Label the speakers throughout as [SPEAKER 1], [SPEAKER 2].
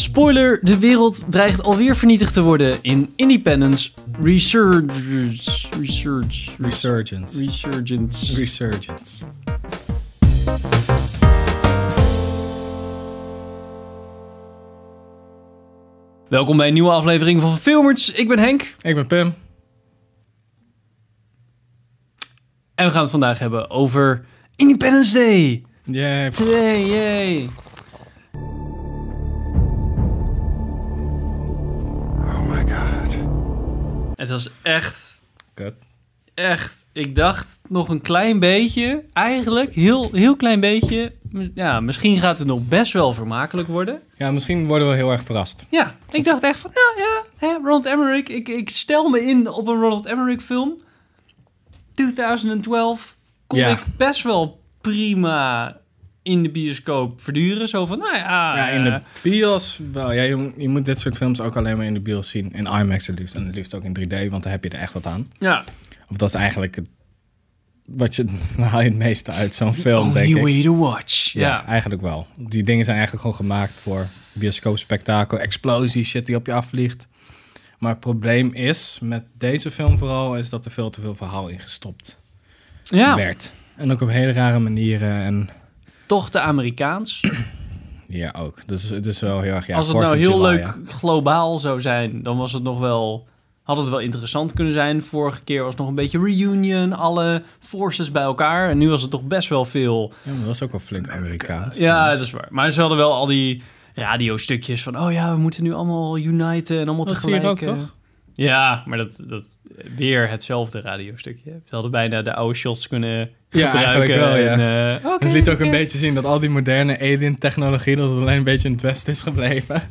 [SPEAKER 1] Spoiler, de wereld dreigt alweer vernietigd te worden in Independence Resurgence. Resurgence.
[SPEAKER 2] Resurgence.
[SPEAKER 1] Resurgence.
[SPEAKER 2] Resurgence.
[SPEAKER 1] Welkom bij een nieuwe aflevering van Filmers. Ik ben Henk
[SPEAKER 2] Ik ben Pim.
[SPEAKER 1] en we gaan het vandaag hebben over Independence Day.
[SPEAKER 2] Yeah.
[SPEAKER 1] Today, yay.
[SPEAKER 3] Oh my god.
[SPEAKER 1] Het was echt
[SPEAKER 2] Kut.
[SPEAKER 1] echt, ik dacht nog een klein beetje, eigenlijk, heel, heel klein beetje. m- Ja, misschien gaat het nog best wel vermakelijk worden.
[SPEAKER 2] Ja, misschien worden we heel erg verrast.
[SPEAKER 1] Ja, ik dacht echt van, nou ja, hè, Ronald Emmerich, ik, ik stel me in op een Ronald Emmerich film. 2012 kon
[SPEAKER 2] Ja.
[SPEAKER 1] ik best wel prima in de bioscoop verduren. Zo van, nou ja,
[SPEAKER 2] ja, in
[SPEAKER 1] eh,
[SPEAKER 2] de bios wel. Ja, je, je moet dit soort films ook alleen maar in de bios zien. In IMAX het liefst. En het liefst ook in 3D, want daar heb je er echt wat aan.
[SPEAKER 1] ja.
[SPEAKER 2] Of dat is eigenlijk het, wat je, daar haal je het meeste uit zo'n film,
[SPEAKER 3] Oh,
[SPEAKER 1] Only
[SPEAKER 2] denk ik.
[SPEAKER 1] way to watch.
[SPEAKER 2] Ja,
[SPEAKER 1] Ja,
[SPEAKER 2] eigenlijk wel. Die dingen zijn eigenlijk gewoon gemaakt voor bioscoopspektakel, explosie, shit die op je afvliegt. Maar het probleem is, met deze film vooral, is dat er veel te veel verhaal in gestopt
[SPEAKER 1] ja.
[SPEAKER 2] werd. En ook op hele rare manieren. En
[SPEAKER 1] toch te Amerikaans.
[SPEAKER 2] ja, ook. Dus het is wel heel erg... Ja,
[SPEAKER 1] als het
[SPEAKER 2] 4th
[SPEAKER 1] nou
[SPEAKER 2] of
[SPEAKER 1] heel
[SPEAKER 2] July,
[SPEAKER 1] leuk globaal zou zijn, dan was het nog wel. Had het wel interessant kunnen zijn. Vorige keer was het nog een beetje reunion, alle forces bij elkaar. En nu was het toch best wel veel.
[SPEAKER 2] Ja, maar dat was ook wel flink Amerikaans.
[SPEAKER 1] Ja,
[SPEAKER 2] trouwens.
[SPEAKER 1] dat is waar. Maar ze hadden wel al die radiostukjes van: oh ja, we moeten nu allemaal uniten en allemaal
[SPEAKER 2] Dat zie je
[SPEAKER 1] tegelijk.
[SPEAKER 2] hier ook,
[SPEAKER 1] eh.
[SPEAKER 2] toch?
[SPEAKER 1] Ja, maar dat, dat weer hetzelfde radiostukje. Ze hadden bijna de oude shots kunnen
[SPEAKER 2] Ja, eigenlijk
[SPEAKER 1] gebruiken.
[SPEAKER 2] wel, ja.
[SPEAKER 1] en, eh, oké,
[SPEAKER 2] Het liet ook
[SPEAKER 1] oké.
[SPEAKER 2] een beetje zien dat al die moderne alien-technologie... dat het alleen een beetje in het Westen is gebleven.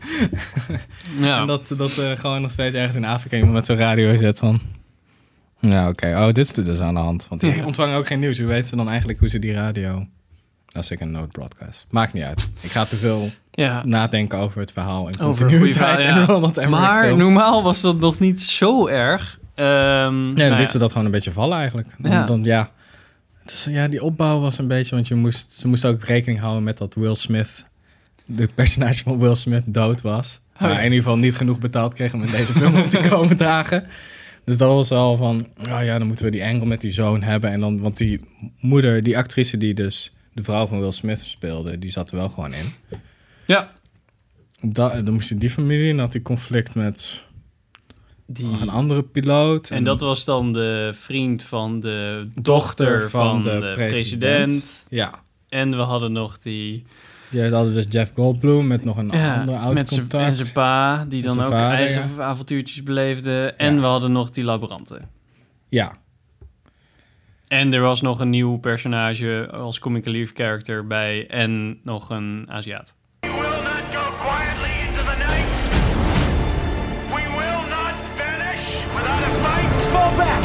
[SPEAKER 1] Ja.
[SPEAKER 2] En dat, dat eh, gewoon nog steeds ergens in Afrika iemand met zo'n radio zit van... Ja, oké. Oh, dit is dus aan de hand. Want die
[SPEAKER 1] Ja.
[SPEAKER 2] ontvangen ook geen nieuws. Hoe weten ze dan eigenlijk hoe ze die radio... Als ik een nood broadcast. Maakt niet uit. Ik ga te veel
[SPEAKER 1] ja.
[SPEAKER 2] nadenken over het verhaal en
[SPEAKER 1] Over
[SPEAKER 2] continuïteit
[SPEAKER 1] goede
[SPEAKER 2] en
[SPEAKER 1] verhaal, ja.
[SPEAKER 2] Ronald Emmerich
[SPEAKER 1] Maar
[SPEAKER 2] films.
[SPEAKER 1] normaal was dat nog niet zo erg. Ehm,
[SPEAKER 2] Nee,
[SPEAKER 1] nou
[SPEAKER 2] dan
[SPEAKER 1] ja.
[SPEAKER 2] liet ze dat gewoon een beetje vallen eigenlijk. Dan,
[SPEAKER 1] Ja.
[SPEAKER 2] ja. Dan, ja. Dus, ja, die opbouw was een beetje... Want je moest, ze moest ook rekening houden met dat Will Smith... De personage van Will Smith dood was.
[SPEAKER 1] Oh ja.
[SPEAKER 2] Maar in ieder geval niet genoeg betaald kreeg om in deze film op te komen dragen. Dus dat was al van... Oh ja, dan moeten we die angle met die zoon hebben. En dan, want die moeder, die actrice die dus... De vrouw van Will Smith speelde, die zat er wel gewoon in.
[SPEAKER 1] Ja.
[SPEAKER 2] Da- dan moest je die familie en dan had die conflict met
[SPEAKER 1] Die...
[SPEAKER 2] nog een andere piloot.
[SPEAKER 1] En dat was dan de vriend van de
[SPEAKER 2] dochter
[SPEAKER 1] dochter van de, president.
[SPEAKER 2] Ja.
[SPEAKER 1] En we hadden nog die...
[SPEAKER 2] Je had dus Jeff Goldblum met nog een
[SPEAKER 1] ja,
[SPEAKER 2] ander oud
[SPEAKER 1] met z'n- en
[SPEAKER 2] contact.
[SPEAKER 1] zijn pa, die
[SPEAKER 2] Met
[SPEAKER 1] dan
[SPEAKER 2] zijn
[SPEAKER 1] ook
[SPEAKER 2] vader,
[SPEAKER 1] eigen avontuurtjes beleefde. En
[SPEAKER 2] Ja.
[SPEAKER 1] we hadden nog die laboranten.
[SPEAKER 2] Ja,
[SPEAKER 1] En er was nog een nieuw personage als comic relief character bij. En nog een Aziat.
[SPEAKER 4] We will not go quietly into the night. We will not vanish without a fight. Fall back!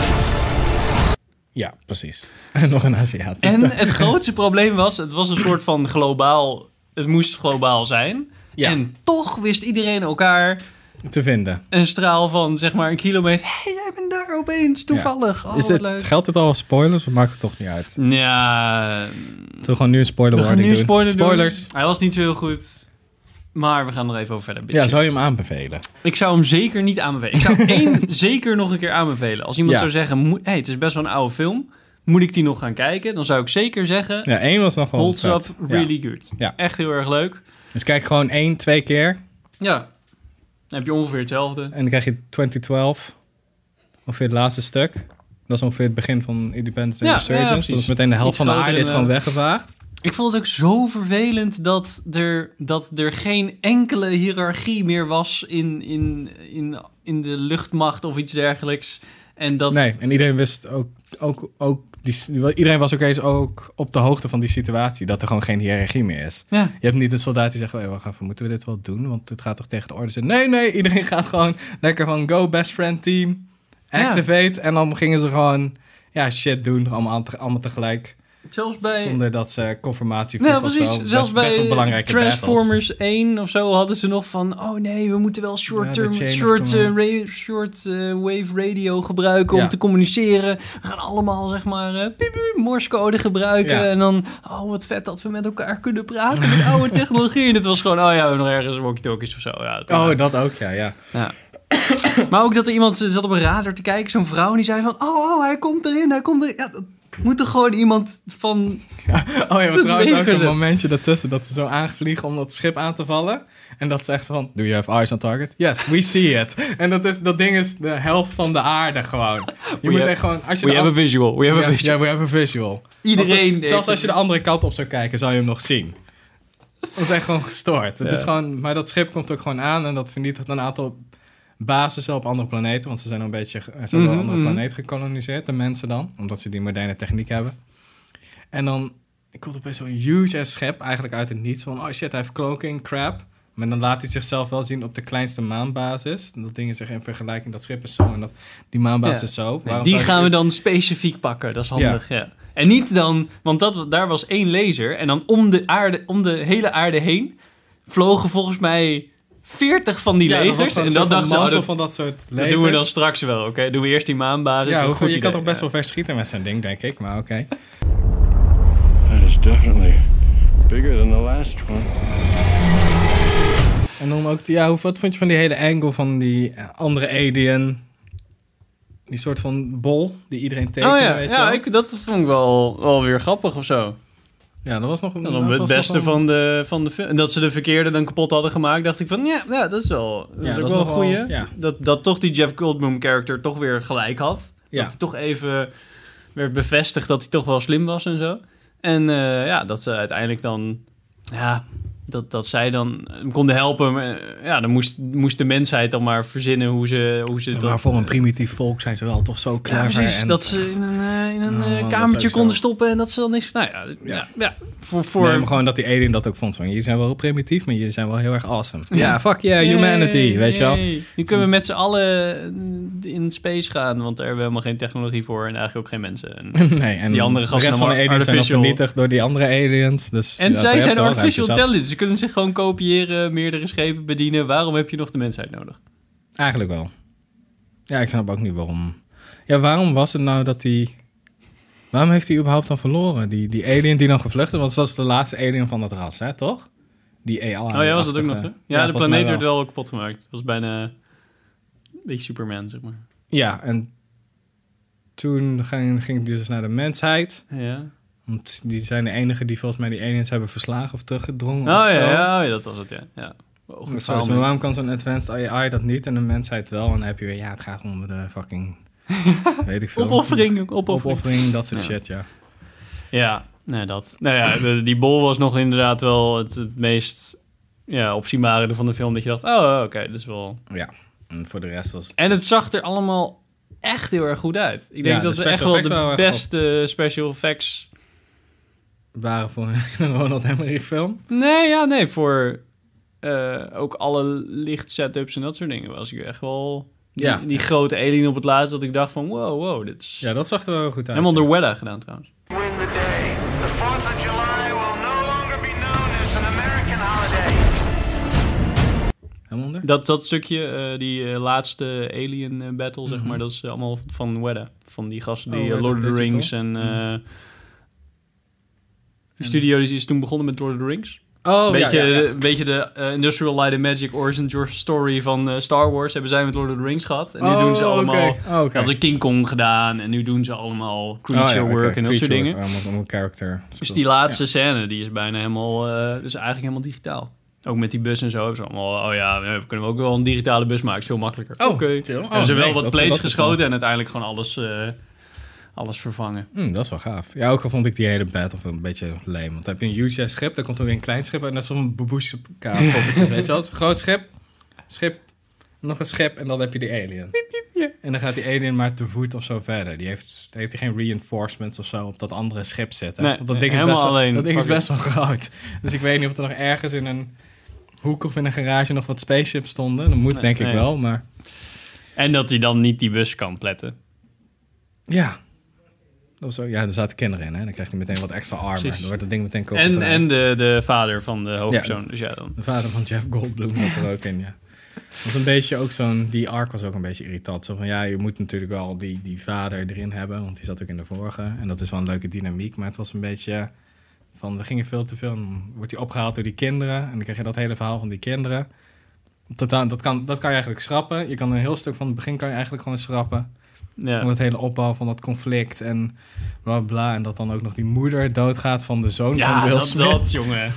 [SPEAKER 2] ja, precies. En nog een Aziat.
[SPEAKER 1] En het grootste probleem was, het was een soort van globaal, het moest globaal zijn.
[SPEAKER 2] Ja.
[SPEAKER 1] En toch wist iedereen elkaar
[SPEAKER 2] te vinden.
[SPEAKER 1] een straal van zeg maar een kilometer. Hé, hey, jij bent daar opeens, toevallig. Oh,
[SPEAKER 2] Is
[SPEAKER 1] wat
[SPEAKER 2] dit,
[SPEAKER 1] leuk.
[SPEAKER 2] geldt dit al als spoilers? Of maakt het toch niet uit?
[SPEAKER 1] Ja,
[SPEAKER 2] Zullen we gewoon nu een spoiler
[SPEAKER 1] we gaan
[SPEAKER 2] warning
[SPEAKER 1] nu
[SPEAKER 2] doen?
[SPEAKER 1] spoiler doen.
[SPEAKER 2] Spoilers.
[SPEAKER 1] Hij was niet zo heel goed, maar we gaan er even over verder
[SPEAKER 2] Ja,
[SPEAKER 1] bitchen.
[SPEAKER 2] zou je hem aanbevelen?
[SPEAKER 1] Ik zou hem zeker niet aanbevelen. Ik zou hem één zeker nog een keer aanbevelen. Als iemand
[SPEAKER 2] Ja.
[SPEAKER 1] zou zeggen, "Moe- hey, het is best wel een oude film, moet ik die nog gaan kijken? Dan zou ik zeker zeggen,
[SPEAKER 2] Ja, één was nog wel
[SPEAKER 1] holds
[SPEAKER 2] vet.
[SPEAKER 1] up
[SPEAKER 2] Ja.
[SPEAKER 1] really good.
[SPEAKER 2] Ja.
[SPEAKER 1] Echt heel erg leuk.
[SPEAKER 2] Dus kijk gewoon één, twee keer.
[SPEAKER 1] Ja. Dan heb je ongeveer hetzelfde.
[SPEAKER 2] En dan krijg je 2012. Ongeveer het laatste stuk. Dat is ongeveer het begin van Independence Day
[SPEAKER 1] Ja, ja,
[SPEAKER 2] Resurgence.
[SPEAKER 1] precies.
[SPEAKER 2] dat is meteen de helft
[SPEAKER 1] Iets
[SPEAKER 2] van de
[SPEAKER 1] groter eh,
[SPEAKER 2] aarde is gewoon
[SPEAKER 1] inderdaad.
[SPEAKER 2] weggevaagd.
[SPEAKER 1] Ik vond het ook zo vervelend dat er, dat er geen enkele hiërarchie meer was in, in, in, in de luchtmacht of iets dergelijks. En dat...
[SPEAKER 2] Nee, en iedereen wist ook, ook, ook die, iedereen was ook eens ook op de hoogte van die situatie, dat er gewoon geen hiërarchie meer is.
[SPEAKER 1] Ja.
[SPEAKER 2] Je hebt niet een soldaat die zegt, hey, wacht even, moeten we dit wel doen? Want het gaat toch tegen de orders in. Nee, nee, iedereen gaat gewoon lekker van go best friend team, activate. En dan gingen ze gewoon, ja, shit doen, allemaal, aan te- allemaal tegelijk.
[SPEAKER 1] Zelfs bij...
[SPEAKER 2] Zonder dat ze confirmatie vroeg
[SPEAKER 1] Nou,
[SPEAKER 2] of
[SPEAKER 1] precies.
[SPEAKER 2] zo. Best-
[SPEAKER 1] Zelfs
[SPEAKER 2] best wel
[SPEAKER 1] bij
[SPEAKER 2] belangrijke
[SPEAKER 1] Transformers 1 of zo hadden ze nog van... Oh nee, we moeten wel
[SPEAKER 2] Ja,
[SPEAKER 1] short,
[SPEAKER 2] de
[SPEAKER 1] term,
[SPEAKER 2] chain of
[SPEAKER 1] short, eh,
[SPEAKER 2] command.
[SPEAKER 1] ra- short eh, wave radio gebruiken
[SPEAKER 2] Ja.
[SPEAKER 1] om te communiceren. We gaan allemaal, zeg maar, eh, piep, piep, morsecode gebruiken.
[SPEAKER 2] Ja.
[SPEAKER 1] En dan, oh wat vet dat we met elkaar kunnen praten met oude technologie. En het was gewoon, oh ja, we hebben nog ergens walkie-talkies of zo. Ja, dat-
[SPEAKER 2] battles. Oh, dat ook, ja, ja.
[SPEAKER 1] ja. maar ook dat er iemand ze zat op een radar te kijken, zo'n vrouw, en die zei van... Oh, oh, hij komt erin, hij komt erin. Ja, dat moet toch gewoon iemand van...
[SPEAKER 2] Oh ja, maar
[SPEAKER 1] Dat
[SPEAKER 2] trouwens ook
[SPEAKER 1] weten
[SPEAKER 2] een
[SPEAKER 1] ze.
[SPEAKER 2] momentje daartussen dat ze zo aangevliegen om dat schip aan te vallen. En dat ze echt zo van, do you have eyes on target? Yes, we see it. En dat, is, dat ding is de helft van de aarde gewoon. Je moet
[SPEAKER 1] have-
[SPEAKER 2] echt gewoon... Als je de an-
[SPEAKER 1] visual, we
[SPEAKER 2] ja, ja, we have a visual.
[SPEAKER 1] Iedereen
[SPEAKER 2] Als het-
[SPEAKER 1] heeft
[SPEAKER 2] zelfs
[SPEAKER 1] het.
[SPEAKER 2] als je de andere kant op zou kijken, zou je hem nog zien. Dat is echt gewoon gestoord. Het is gewoon, maar dat schip komt ook gewoon aan en dat vernietigt een aantal basissen op andere planeten. Want ze zijn al een beetje ge- ze
[SPEAKER 1] Mhm,
[SPEAKER 2] hebben een andere planeet gekoloniseerd, de mensen dan. Omdat ze die moderne techniek hebben. En dan komt opeens zo'n huge ass schip eigenlijk uit het niets. Van, oh shit, hij heeft cloaking, crap. Maar dan laat hij zichzelf wel zien op de kleinste maanbasis. Dat ding is echt in vergelijking, dat schip is zo en dat, die maanbasis
[SPEAKER 1] Ja.
[SPEAKER 2] is zo.
[SPEAKER 1] Nee,
[SPEAKER 2] Waarom
[SPEAKER 1] die
[SPEAKER 2] zou je-
[SPEAKER 1] gaan we dan specifiek pakken, dat is handig, ja. En niet dan, want dat, daar was één laser en dan om de, aarde, om de hele aarde heen vlogen volgens mij 40 van die
[SPEAKER 2] dat was
[SPEAKER 1] legers.
[SPEAKER 2] gewoon
[SPEAKER 1] en
[SPEAKER 2] een
[SPEAKER 1] dan
[SPEAKER 2] soort
[SPEAKER 1] dachten
[SPEAKER 2] van
[SPEAKER 1] ze, oh,
[SPEAKER 2] mantel
[SPEAKER 1] dat,
[SPEAKER 2] van dat soort
[SPEAKER 1] dat
[SPEAKER 2] lasers.
[SPEAKER 1] doen we dan straks wel, oké? Doen we eerst die maanbasis.
[SPEAKER 2] Ja,
[SPEAKER 1] een
[SPEAKER 2] hoe-
[SPEAKER 1] goed
[SPEAKER 2] je kan
[SPEAKER 1] idee,
[SPEAKER 2] toch best
[SPEAKER 1] ja.
[SPEAKER 2] wel ver schieten met zo'n ding, denk ik. Maar oké.
[SPEAKER 3] That is definitely bigger than the last one.
[SPEAKER 2] En dan ook, ja, hoe, wat vond je van die hele angle van die eh, andere alien? Die soort van bol die iedereen tekende,
[SPEAKER 1] Oh ja,
[SPEAKER 2] weet je
[SPEAKER 1] ja
[SPEAKER 2] wel?
[SPEAKER 1] ik, dat vond ik wel, wel weer grappig of zo.
[SPEAKER 2] ja, dat was nog een...
[SPEAKER 1] En dan
[SPEAKER 2] dat
[SPEAKER 1] het
[SPEAKER 2] was nog
[SPEAKER 1] beste
[SPEAKER 2] een-
[SPEAKER 1] van de, van de film. En dat ze de verkeerde dan kapot hadden gemaakt, dacht ik van ja, ja dat is wel, dat
[SPEAKER 2] Ja,
[SPEAKER 1] is ook
[SPEAKER 2] dat is
[SPEAKER 1] wel een
[SPEAKER 2] nog wel-
[SPEAKER 1] goeie.
[SPEAKER 2] ja.
[SPEAKER 1] Dat, dat toch die Jeff Goldblum-character toch weer gelijk had.
[SPEAKER 2] Ja.
[SPEAKER 1] Dat hij toch even werd bevestigd dat hij toch wel slim was en zo. En eh, ja, dat ze uiteindelijk dan, ja, dat, dat zij dan hem konden helpen. Maar, eh, ja, dan moest, moest de mensheid dan maar verzinnen hoe ze, hoe ze
[SPEAKER 2] Maar
[SPEAKER 1] dat...
[SPEAKER 2] voor een primitief volk zijn ze wel toch zo
[SPEAKER 1] Ja,
[SPEAKER 2] clever.
[SPEAKER 1] precies.
[SPEAKER 2] en-
[SPEAKER 1] Dat ze in een, eh, in een
[SPEAKER 2] Oh,
[SPEAKER 1] eh,
[SPEAKER 2] dat is
[SPEAKER 1] kamertje
[SPEAKER 2] ook zo.
[SPEAKER 1] konden stoppen en dat ze dan niks... Nou ja, ja. ja, voor... voor
[SPEAKER 2] Nee, maar gewoon dat die alien dat ook vond. Van, jullie zijn wel heel primitief, maar jullie zijn wel heel erg awesome. Ja, fuck yeah, Eh, humanity,
[SPEAKER 1] Yay,
[SPEAKER 2] weet je wel.
[SPEAKER 1] yay. Nu kunnen we met z'n allen eh, in space gaan, want daar hebben we helemaal geen technologie voor en eigenlijk ook geen mensen. En,
[SPEAKER 2] Nee, en
[SPEAKER 1] Die andere
[SPEAKER 2] de
[SPEAKER 1] gasten
[SPEAKER 2] rest van
[SPEAKER 1] allemaal
[SPEAKER 2] de aliens zijn dan
[SPEAKER 1] artificial.
[SPEAKER 2] vernietigd door die andere aliens. Dus
[SPEAKER 1] en
[SPEAKER 2] ja, daar
[SPEAKER 1] zij
[SPEAKER 2] heb je
[SPEAKER 1] zijn
[SPEAKER 2] al ruimte
[SPEAKER 1] artificial
[SPEAKER 2] zat.
[SPEAKER 1] intelligence. Ze kunnen zich gewoon kopiëren, meerdere schepen bedienen. Waarom heb je nog de mensheid nodig?
[SPEAKER 2] Eigenlijk wel. Ja, ik snap ook niet waarom. Ja, waarom was het nou dat die... Waarom heeft hij überhaupt dan verloren? Die, die alien die dan gevlucht is, want dat is de laatste alien van dat ras, hè, toch? Die AI.
[SPEAKER 1] Oh ja, was dat ook nog zo? Ja, de planeet werd
[SPEAKER 2] wel.
[SPEAKER 1] wel kapot gemaakt. Het was bijna een beetje Superman, zeg maar.
[SPEAKER 2] Ja, en toen ging, ging die dus naar de mensheid.
[SPEAKER 1] Ja.
[SPEAKER 2] Want die zijn de enigen die volgens mij die aliens hebben verslagen of teruggedrongen
[SPEAKER 1] Oh ja,
[SPEAKER 2] of zo.
[SPEAKER 1] ja, oh ja, dat was het, ja. ja. Oh, goed
[SPEAKER 2] Sorry,
[SPEAKER 1] verhaal,
[SPEAKER 2] maar
[SPEAKER 1] man.
[SPEAKER 2] waarom kan zo'n advanced AI dat niet en de mensheid wel? En dan heb je weer, ja, het gaat om de fucking... weet ik veel.
[SPEAKER 1] Opoffering, opoffering.
[SPEAKER 2] Opoffering, dat soort
[SPEAKER 1] Ja.
[SPEAKER 2] shit, ja.
[SPEAKER 1] Ja, nee, dat. Nou ja, de- die bol was nog inderdaad wel het, het meest ja, opzienbarende van de film. Dat je dacht, oh, oké, dit is wel...
[SPEAKER 2] Ja, en voor de rest was het...
[SPEAKER 1] En het zag er allemaal echt heel erg goed uit. Ik denk
[SPEAKER 2] de
[SPEAKER 1] dat we
[SPEAKER 2] special
[SPEAKER 1] echt wel
[SPEAKER 2] effects waren
[SPEAKER 1] de
[SPEAKER 2] echt
[SPEAKER 1] beste special effects...
[SPEAKER 2] waren voor een Ronald Emmerich film.
[SPEAKER 1] Nee, ja, nee, voor eh, ook alle lichtsetups en dat soort dingen was ik echt wel... Die,
[SPEAKER 2] Ja.
[SPEAKER 1] die grote alien op het laatst, dat ik dacht van, wow, wow, dit is...
[SPEAKER 2] Ja, dat zag er wel goed uit.
[SPEAKER 1] Helemaal
[SPEAKER 2] ja.
[SPEAKER 1] door Wella gedaan trouwens.
[SPEAKER 4] Win the day. The 4th of July will no longer be known as an American holiday.
[SPEAKER 2] Helemaal onder?
[SPEAKER 1] Dat, dat stukje, eh, die eh, laatste alien eh, battle, zeg maar, dat is allemaal van Wedda. Van die gasten die
[SPEAKER 2] Mhm. Oh,
[SPEAKER 1] eh,
[SPEAKER 2] werd
[SPEAKER 1] Lord of
[SPEAKER 2] dat
[SPEAKER 1] the
[SPEAKER 2] digital?
[SPEAKER 1] Rings en... eh, de studio die is toen begonnen met Lord of the Rings.
[SPEAKER 2] Oh,
[SPEAKER 1] beetje,
[SPEAKER 2] ja, ja, ja.
[SPEAKER 1] eh, beetje de eh, Industrial Light and Magic Origin George Story van eh, Star Wars hebben zij met Lord of the Rings gehad. En eh, nu
[SPEAKER 2] Oh,
[SPEAKER 1] doen ze allemaal...
[SPEAKER 2] oké. Oh, oké.
[SPEAKER 1] Hadden ze King Kong gedaan en nu doen ze allemaal creature
[SPEAKER 2] Oh, ja, oké.
[SPEAKER 1] work en dat soort
[SPEAKER 2] Creature
[SPEAKER 1] dingen.
[SPEAKER 2] work, Allemaal allemaal character.
[SPEAKER 1] Dus die laatste scène, die is bijna helemaal, eh is eigenlijk helemaal digitaal. Ook met die bus en zo. hebben ze allemaal, oh ja, we kunnen ook wel een digitale bus maken. Is veel makkelijker.
[SPEAKER 2] Oh,
[SPEAKER 1] Oké.
[SPEAKER 2] chill. Oh,
[SPEAKER 1] hebben ze wel
[SPEAKER 2] nee,
[SPEAKER 1] wat
[SPEAKER 2] dat-
[SPEAKER 1] plates
[SPEAKER 2] dat is
[SPEAKER 1] geschoten en uiteindelijk gewoon alles, eh, alles vervangen.
[SPEAKER 2] Hm, dat is wel gaaf. Ja, ook al vond ik die hele battle een beetje lame. Want dan heb je een huge schip, dan komt er weer een klein schip en dat is zo'n baboesje poppetjes, weet je wel. Zo'n Groot schip, schip, nog een schip en dan heb je die alien. En dan gaat die alien maar te voet of zo verder. Die heeft, heeft hij geen reinforcements of zo op dat andere schip zitten.
[SPEAKER 1] Nee,
[SPEAKER 2] Want dat ding is
[SPEAKER 1] helemaal
[SPEAKER 2] best wel,
[SPEAKER 1] alleen.
[SPEAKER 2] Dat ding is
[SPEAKER 1] Fuck
[SPEAKER 2] best wel groot. Dus ik weet niet of er nog ergens in een hoek of in een garage nog wat spaceships stonden. Dat moet denk ik
[SPEAKER 1] nee.
[SPEAKER 2] wel, maar
[SPEAKER 1] En dat hij dan niet die bus kan pletten.
[SPEAKER 2] ja. of zo. Ja, er zaten kinderen in, hè. Dan krijgt hij meteen wat extra armor.
[SPEAKER 1] Precies.
[SPEAKER 2] Dan wordt dat ding meteen koper.
[SPEAKER 1] En, en de, de vader van de hoofdpersoon.
[SPEAKER 2] Ja.
[SPEAKER 1] Dus ja, dan.
[SPEAKER 2] De vader van Jeff Goldblum zat er ook in, ja. Was een beetje ook zo'n... Die arc was ook een beetje irritant. Zo van, ja, je moet natuurlijk wel die, die vader erin hebben. Want die zat ook in de vorige. En dat is wel een leuke dynamiek. Maar het was een beetje van... We gingen veel te veel. En dan wordt hij opgehaald door die kinderen. En dan krijg je dat hele verhaal van die kinderen. Totaal, dat, kan, dat kan je eigenlijk schrappen. Je kan een heel stuk van het begin kan je eigenlijk gewoon schrappen. Om
[SPEAKER 1] Ja.
[SPEAKER 2] het hele opbouw van dat conflict en bla bla. En dat dan ook nog die moeder doodgaat van de zoon
[SPEAKER 1] Ja,
[SPEAKER 2] van Will
[SPEAKER 1] dat,
[SPEAKER 2] Smith.
[SPEAKER 1] dat, jongen.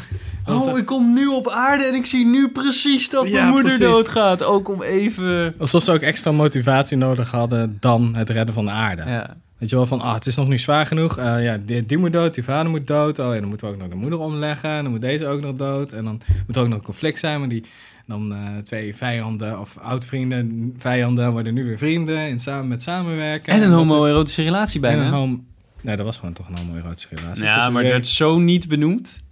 [SPEAKER 2] Dat is-
[SPEAKER 1] Oh, ik kom nu op aarde en ik zie nu precies dat
[SPEAKER 2] Ja,
[SPEAKER 1] mijn moeder
[SPEAKER 2] precies.
[SPEAKER 1] doodgaat. Ook om even...
[SPEAKER 2] Alsof ze ook extra motivatie nodig hadden dan het redden van de aarde.
[SPEAKER 1] Ja,
[SPEAKER 2] Weet je wel, van ah, het is nog niet zwaar genoeg. Eh, ja, die, die moet dood, die vader moet dood. Oh ja, dan moeten we ook nog de moeder omleggen. En dan moet deze ook nog dood. En dan moet er ook nog een conflict zijn. Maar die dan eh, twee vijanden of oud-vrienden, vijanden worden nu weer vrienden. En samen met samenwerken.
[SPEAKER 1] En een
[SPEAKER 2] dat is-
[SPEAKER 1] homoerotische relatie
[SPEAKER 2] En een
[SPEAKER 1] bijna.
[SPEAKER 2] homo... Nee, dat was gewoon toch een homo-erotische relatie. dus
[SPEAKER 1] Ja,
[SPEAKER 2] Tussen
[SPEAKER 1] maar het
[SPEAKER 2] twee-
[SPEAKER 1] werd zo niet benoemd.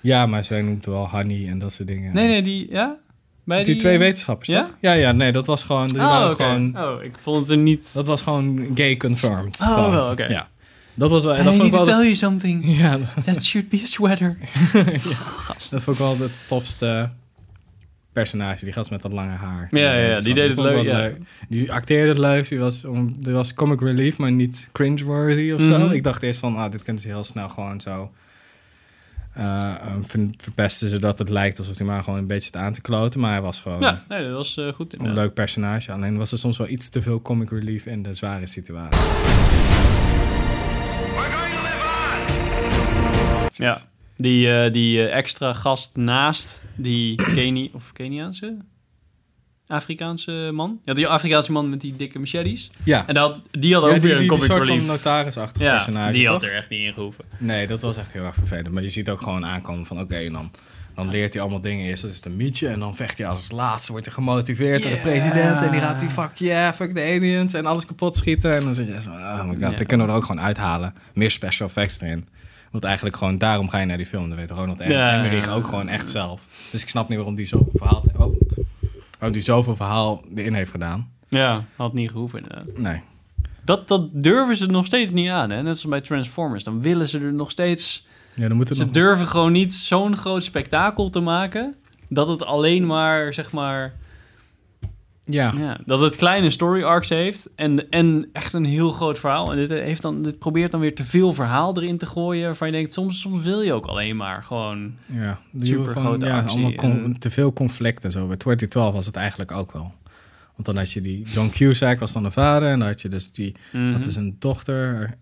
[SPEAKER 2] Ja, maar zij noemt wel Honey en dat soort dingen.
[SPEAKER 1] Nee, nee, die... Ja? Bij
[SPEAKER 2] Die, twee wetenschappers,
[SPEAKER 1] Ja?
[SPEAKER 2] toch? Ja, ja, nee, dat was gewoon... Die
[SPEAKER 1] Oh,
[SPEAKER 2] waren
[SPEAKER 1] oké.
[SPEAKER 2] gewoon
[SPEAKER 1] oh, ik vond het niet...
[SPEAKER 2] Dat was gewoon gay confirmed.
[SPEAKER 1] Oh,
[SPEAKER 2] Gewoon.
[SPEAKER 1] wel, oké.
[SPEAKER 2] Ja. Dat was wel. En dat vond ik wel. de-
[SPEAKER 1] you something.
[SPEAKER 2] Ja, dat-
[SPEAKER 1] That should be a sweater.
[SPEAKER 2] dat vond ik wel de tofste personage. Die gast met dat lange haar.
[SPEAKER 1] Ja, ja, ja,
[SPEAKER 2] dat is
[SPEAKER 1] die
[SPEAKER 2] wel-
[SPEAKER 1] deed
[SPEAKER 2] dat
[SPEAKER 1] het
[SPEAKER 2] vond ik wel
[SPEAKER 1] leuk, ja.
[SPEAKER 2] Die acteerde het leuk. Die was, om, die was comic relief, maar niet cringeworthy of zo.
[SPEAKER 1] Mhm.
[SPEAKER 2] Ik dacht eerst van, ah, dit kunnen ze heel snel gewoon zo. eh, um, ver- verpesten zodat het lijkt alsof hij maar gewoon een beetje zit aan te kloten. Maar hij was gewoon
[SPEAKER 1] Ja, nee, dat was eh, goed.
[SPEAKER 2] een
[SPEAKER 1] inderdaad.
[SPEAKER 2] leuk personage. Alleen was er soms wel iets te veel comic relief in de zware situatie.
[SPEAKER 4] We're going to live on.
[SPEAKER 1] Ja. Die, eh, die eh, extra gast naast die Keni of Keniaanse? Afrikaanse man? Ja, die Afrikaanse man met die dikke machetes.
[SPEAKER 2] Ja.
[SPEAKER 1] En dat, die had ook
[SPEAKER 2] Ja, die,
[SPEAKER 1] weer een
[SPEAKER 2] die, die
[SPEAKER 1] comic
[SPEAKER 2] soort van
[SPEAKER 1] relief.
[SPEAKER 2] notarisachtig
[SPEAKER 1] ja,
[SPEAKER 2] personage,
[SPEAKER 1] die had
[SPEAKER 2] toch?
[SPEAKER 1] er echt niet in gehoeven.
[SPEAKER 2] Nee, dat was echt heel erg vervelend. Maar je ziet ook gewoon aankomen van... oké, dan, dan leert hij allemaal dingen. Eerst dat is het een mietje en dan vecht hij als laatste. Wordt hij gemotiveerd door de
[SPEAKER 1] Ja.
[SPEAKER 2] president. En die raadt die fuck yeah, fuck the aliens. En alles kapot schieten. En dan zit je echt zo van... oh my god,
[SPEAKER 1] Ja.
[SPEAKER 2] dat kunnen we er ook gewoon uithalen. Meer special effects erin. Want eigenlijk gewoon daarom ga je naar die film. Dat weet Ronald en
[SPEAKER 1] Ja.
[SPEAKER 2] Emmerich ook gewoon echt zelf. Dus ik snap niet waarom die zoveel verhaal... Oh, waarom die zoveel verhaal erin heeft gedaan.
[SPEAKER 1] Ja, had niet gehoeven inderdaad.
[SPEAKER 2] Nee.
[SPEAKER 1] Dat, dat durven ze nog steeds niet aan, hè? Net als bij Transformers. Dan willen ze er nog steeds...
[SPEAKER 2] Ja, dan moet het
[SPEAKER 1] Ze durven gewoon niet zo'n groot spektakel te maken dat het alleen maar, zeg maar,
[SPEAKER 2] Ja.
[SPEAKER 1] ja, dat het kleine story arcs heeft en, en echt een heel groot verhaal. En dit, heeft dan, dit probeert dan weer te veel verhaal erin te gooien waarvan je denkt, soms, soms wil je ook alleen maar gewoon.
[SPEAKER 2] Ja, die
[SPEAKER 1] Super
[SPEAKER 2] hebben gewoon,
[SPEAKER 1] grote
[SPEAKER 2] ja,
[SPEAKER 1] actie
[SPEAKER 2] allemaal con-
[SPEAKER 1] en-
[SPEAKER 2] te veel conflicten zo. Bij 2012 was het eigenlijk ook wel. Want dan had je die John Cusack was dan de vader en dan had je dus die
[SPEAKER 1] Mhm.
[SPEAKER 2] dat is een dochter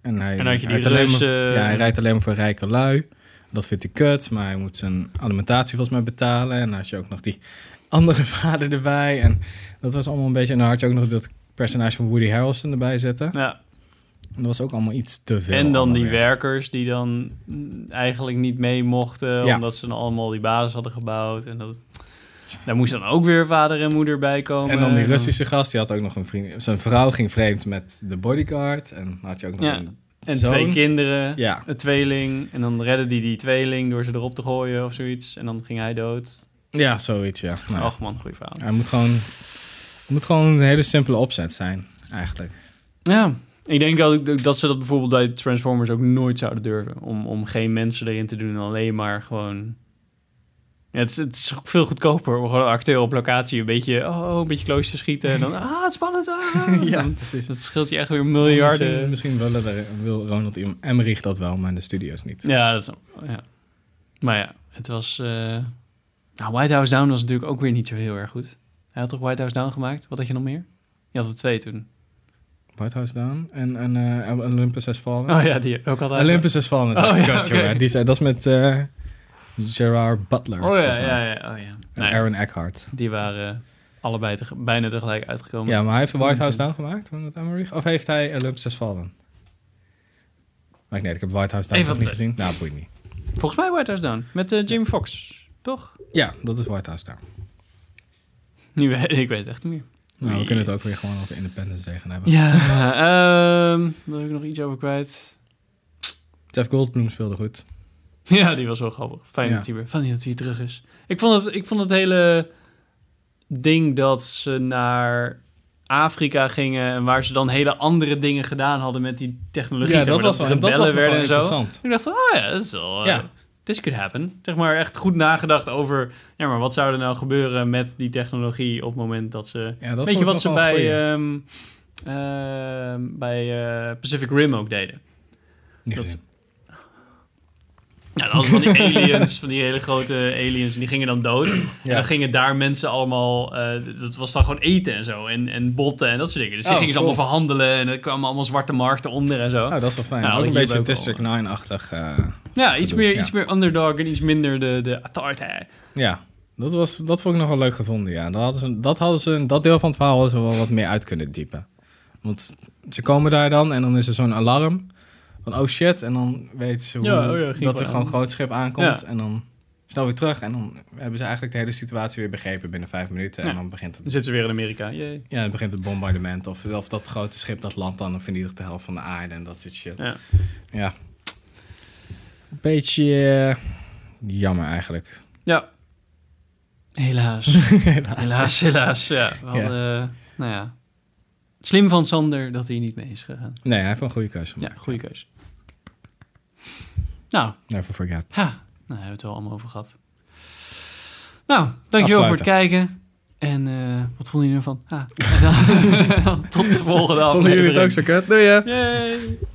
[SPEAKER 2] en hij,
[SPEAKER 1] En dan had je die
[SPEAKER 2] rijdt alleen
[SPEAKER 1] reus,
[SPEAKER 2] maar,
[SPEAKER 1] eh,
[SPEAKER 2] ja, hij rijdt alleen maar voor rijke lui. Dat vindt hij kut, maar hij moet zijn alimentatie volgens mij betalen en dan had je ook nog die andere vader erbij en dat was allemaal een beetje en dan had je ook nog dat personage van Woody Harrelson erbij zetten.
[SPEAKER 1] Ja.
[SPEAKER 2] En dat was ook allemaal iets te veel.
[SPEAKER 1] En dan
[SPEAKER 2] allemaal
[SPEAKER 1] die
[SPEAKER 2] weer.
[SPEAKER 1] werkers die dan mm, eigenlijk niet mee mochten,
[SPEAKER 2] Ja.
[SPEAKER 1] omdat ze dan allemaal die basis hadden gebouwd. En dat, daar moest dan ook weer vader en moeder bij komen.
[SPEAKER 2] En dan die Russische gast, die had ook nog een vriend. Zijn vrouw ging vreemd met de bodyguard. En dan had je ook nog
[SPEAKER 1] Ja.
[SPEAKER 2] een
[SPEAKER 1] En
[SPEAKER 2] zoon.
[SPEAKER 1] twee kinderen.
[SPEAKER 2] Ja.
[SPEAKER 1] Een tweeling. En dan redden die die tweeling door ze erop te gooien of zoiets. En dan ging hij dood.
[SPEAKER 2] Ja, zoiets, ja. Nou,
[SPEAKER 1] Och man, goeie verhaal.
[SPEAKER 2] Hij moet gewoon, het moet gewoon een hele simpele opzet zijn, eigenlijk.
[SPEAKER 1] Ja. Ik denk dat, dat ze dat bijvoorbeeld bij Transformers ook nooit zouden durven. Om, om geen mensen erin te doen. Alleen maar gewoon... Ja, het, is, het is ook veel goedkoper om gewoon een acteur op locatie een beetje, oh, oh, een beetje kloos te schieten. En dan, ah, het is spannend. Ah. Dan-
[SPEAKER 2] precies. eh,
[SPEAKER 1] Dat scheelt je echt weer
[SPEAKER 2] Misschien,
[SPEAKER 1] miljarden.
[SPEAKER 2] misschien willen er- wil Ronald Emmerich dat wel, maar in de studio's niet.
[SPEAKER 1] Ja, dat is... Ja. Maar ja, het was... eh, Nou, White House Down was natuurlijk ook weer niet zo heel erg goed. Hij had toch White House Down gemaakt? Wat had je nog meer? Je had er twee toen.
[SPEAKER 2] White House Down en, en eh, Olympus Has Fallen.
[SPEAKER 1] Oh ja, die ook had hij.
[SPEAKER 2] Olympus Has Fallen is echt
[SPEAKER 1] Oh, ja,
[SPEAKER 2] kut,
[SPEAKER 1] oké.
[SPEAKER 2] jongen. Die zei, dat is met eh, Gerard Butler.
[SPEAKER 1] Oh ja,
[SPEAKER 2] volgens mij.
[SPEAKER 1] ja, ja. Oh, ja.
[SPEAKER 2] En
[SPEAKER 1] Nou ja,
[SPEAKER 2] Aaron Eckhart.
[SPEAKER 1] die waren allebei teg- bijna tegelijk uitgekomen.
[SPEAKER 2] Ja, maar hij heeft de White House
[SPEAKER 1] Onzin.
[SPEAKER 2] Down gemaakt, Ronald Emmerich? Of heeft hij Olympus Has Fallen? Maar ik nee, ik heb White House Down
[SPEAKER 1] Eén van
[SPEAKER 2] nog niet
[SPEAKER 1] de twee.
[SPEAKER 2] gezien. Nou, boeit niet.
[SPEAKER 1] Volgens mij White House Down. Met eh, Jamie Foxx. Toch?
[SPEAKER 2] Ja, dat is White House Down.
[SPEAKER 1] Nu, weet- ik weet het echt niet meer.
[SPEAKER 2] Nou,
[SPEAKER 1] Nee.
[SPEAKER 2] we kunnen het ook weer gewoon over Independence Day gaan hebben.
[SPEAKER 1] Ja, Eh, ehm, wil ik nog iets over kwijt?
[SPEAKER 2] Jeff Goldblum speelde goed.
[SPEAKER 1] Ja, die was wel grappig. Fijn,
[SPEAKER 2] Ja.
[SPEAKER 1] dat, hij weer, fijn dat hij weer terug is. Ik vond, het, ik vond het hele ding dat ze naar Afrika gingen en waar ze dan hele andere dingen gedaan hadden met die technologie.
[SPEAKER 2] Ja,
[SPEAKER 1] Zeg maar,
[SPEAKER 2] dat was wel- dat
[SPEAKER 1] rebellen
[SPEAKER 2] was nog wel
[SPEAKER 1] werden en zo.
[SPEAKER 2] interessant.
[SPEAKER 1] Ik dacht van, oh ja, dat is wel... eh,
[SPEAKER 2] Ja.
[SPEAKER 1] This could happen. Zeg maar echt goed nagedacht over, ja, maar wat zou er nou gebeuren met die technologie op het moment dat ze...
[SPEAKER 2] Ja, dat
[SPEAKER 1] Weet je
[SPEAKER 2] vond ik
[SPEAKER 1] wat ze
[SPEAKER 2] nog wel een
[SPEAKER 1] bij,
[SPEAKER 2] goeie.
[SPEAKER 1] ehm, ehm, bij eh, Pacific Rim ook deden? eh,
[SPEAKER 2] Niet
[SPEAKER 1] dat-
[SPEAKER 2] gezien.
[SPEAKER 1] Ja, dat was van die aliens, van die hele grote aliens. En die gingen dan dood. En dan gingen daar mensen allemaal... eh, dat was dan gewoon eten en zo. En, en botten en dat soort dingen. Dus die
[SPEAKER 2] Oh,
[SPEAKER 1] gingen ze
[SPEAKER 2] cool.
[SPEAKER 1] allemaal verhandelen. En er kwamen allemaal zwarte markten onder en zo.
[SPEAKER 2] Nou, dat is wel fijn.
[SPEAKER 1] Nou,
[SPEAKER 2] ook een
[SPEAKER 1] hierbij
[SPEAKER 2] beetje
[SPEAKER 1] ook wel.
[SPEAKER 2] District 9-achtig. eh,
[SPEAKER 1] ja, iets
[SPEAKER 2] doen,
[SPEAKER 1] meer,
[SPEAKER 2] ja.
[SPEAKER 1] iets meer underdog en iets minder de, de authority.
[SPEAKER 2] ja, dat, was, dat vond ik nogal leuk gevonden. Ja. Dat, hadden ze, dat, hadden ze, dat deel van het verhaal hadden ze wel wat meer uit kunnen diepen. Want ze komen daar dan en dan is er zo'n alarm. Van oh shit. En dan weten ze hoe,
[SPEAKER 1] Ja, oh ja, ging
[SPEAKER 2] dat
[SPEAKER 1] gewoon
[SPEAKER 2] er gewoon
[SPEAKER 1] aan.
[SPEAKER 2] een groot schip aankomt.
[SPEAKER 1] Ja.
[SPEAKER 2] En dan snel weer terug. En dan hebben ze eigenlijk de hele situatie weer begrepen binnen vijf minuten. En
[SPEAKER 1] Ja.
[SPEAKER 2] dan begint het
[SPEAKER 1] Dan zitten ze weer in Amerika. Yay.
[SPEAKER 2] Ja, het begint het bombardement. Of, of dat grote schip dat landt dan en vernietigt de helft van de aarde en dat soort shit.
[SPEAKER 1] Ja.
[SPEAKER 2] Ja. Beetje eh, jammer eigenlijk.
[SPEAKER 1] Ja. Helaas.
[SPEAKER 2] Helaas.
[SPEAKER 1] helaas, helaas. Ja, we hadden... eh, nou ja. Slim van Sander dat hij niet mee is gegaan.
[SPEAKER 2] Nee, hij heeft wel een goede keuze
[SPEAKER 1] Ja,
[SPEAKER 2] gemaakt.
[SPEAKER 1] goede keus. Nou,
[SPEAKER 2] Never forget.
[SPEAKER 1] Ha, nou daar hebben we het wel allemaal over gehad. Nou, dankjewel voor het kijken. En eh, wat vonden jullie ervan? Ha. En dan- Tot de volgende aflevering.
[SPEAKER 2] Vonden jullie het ook zo kut? Doei hè?
[SPEAKER 1] Yay.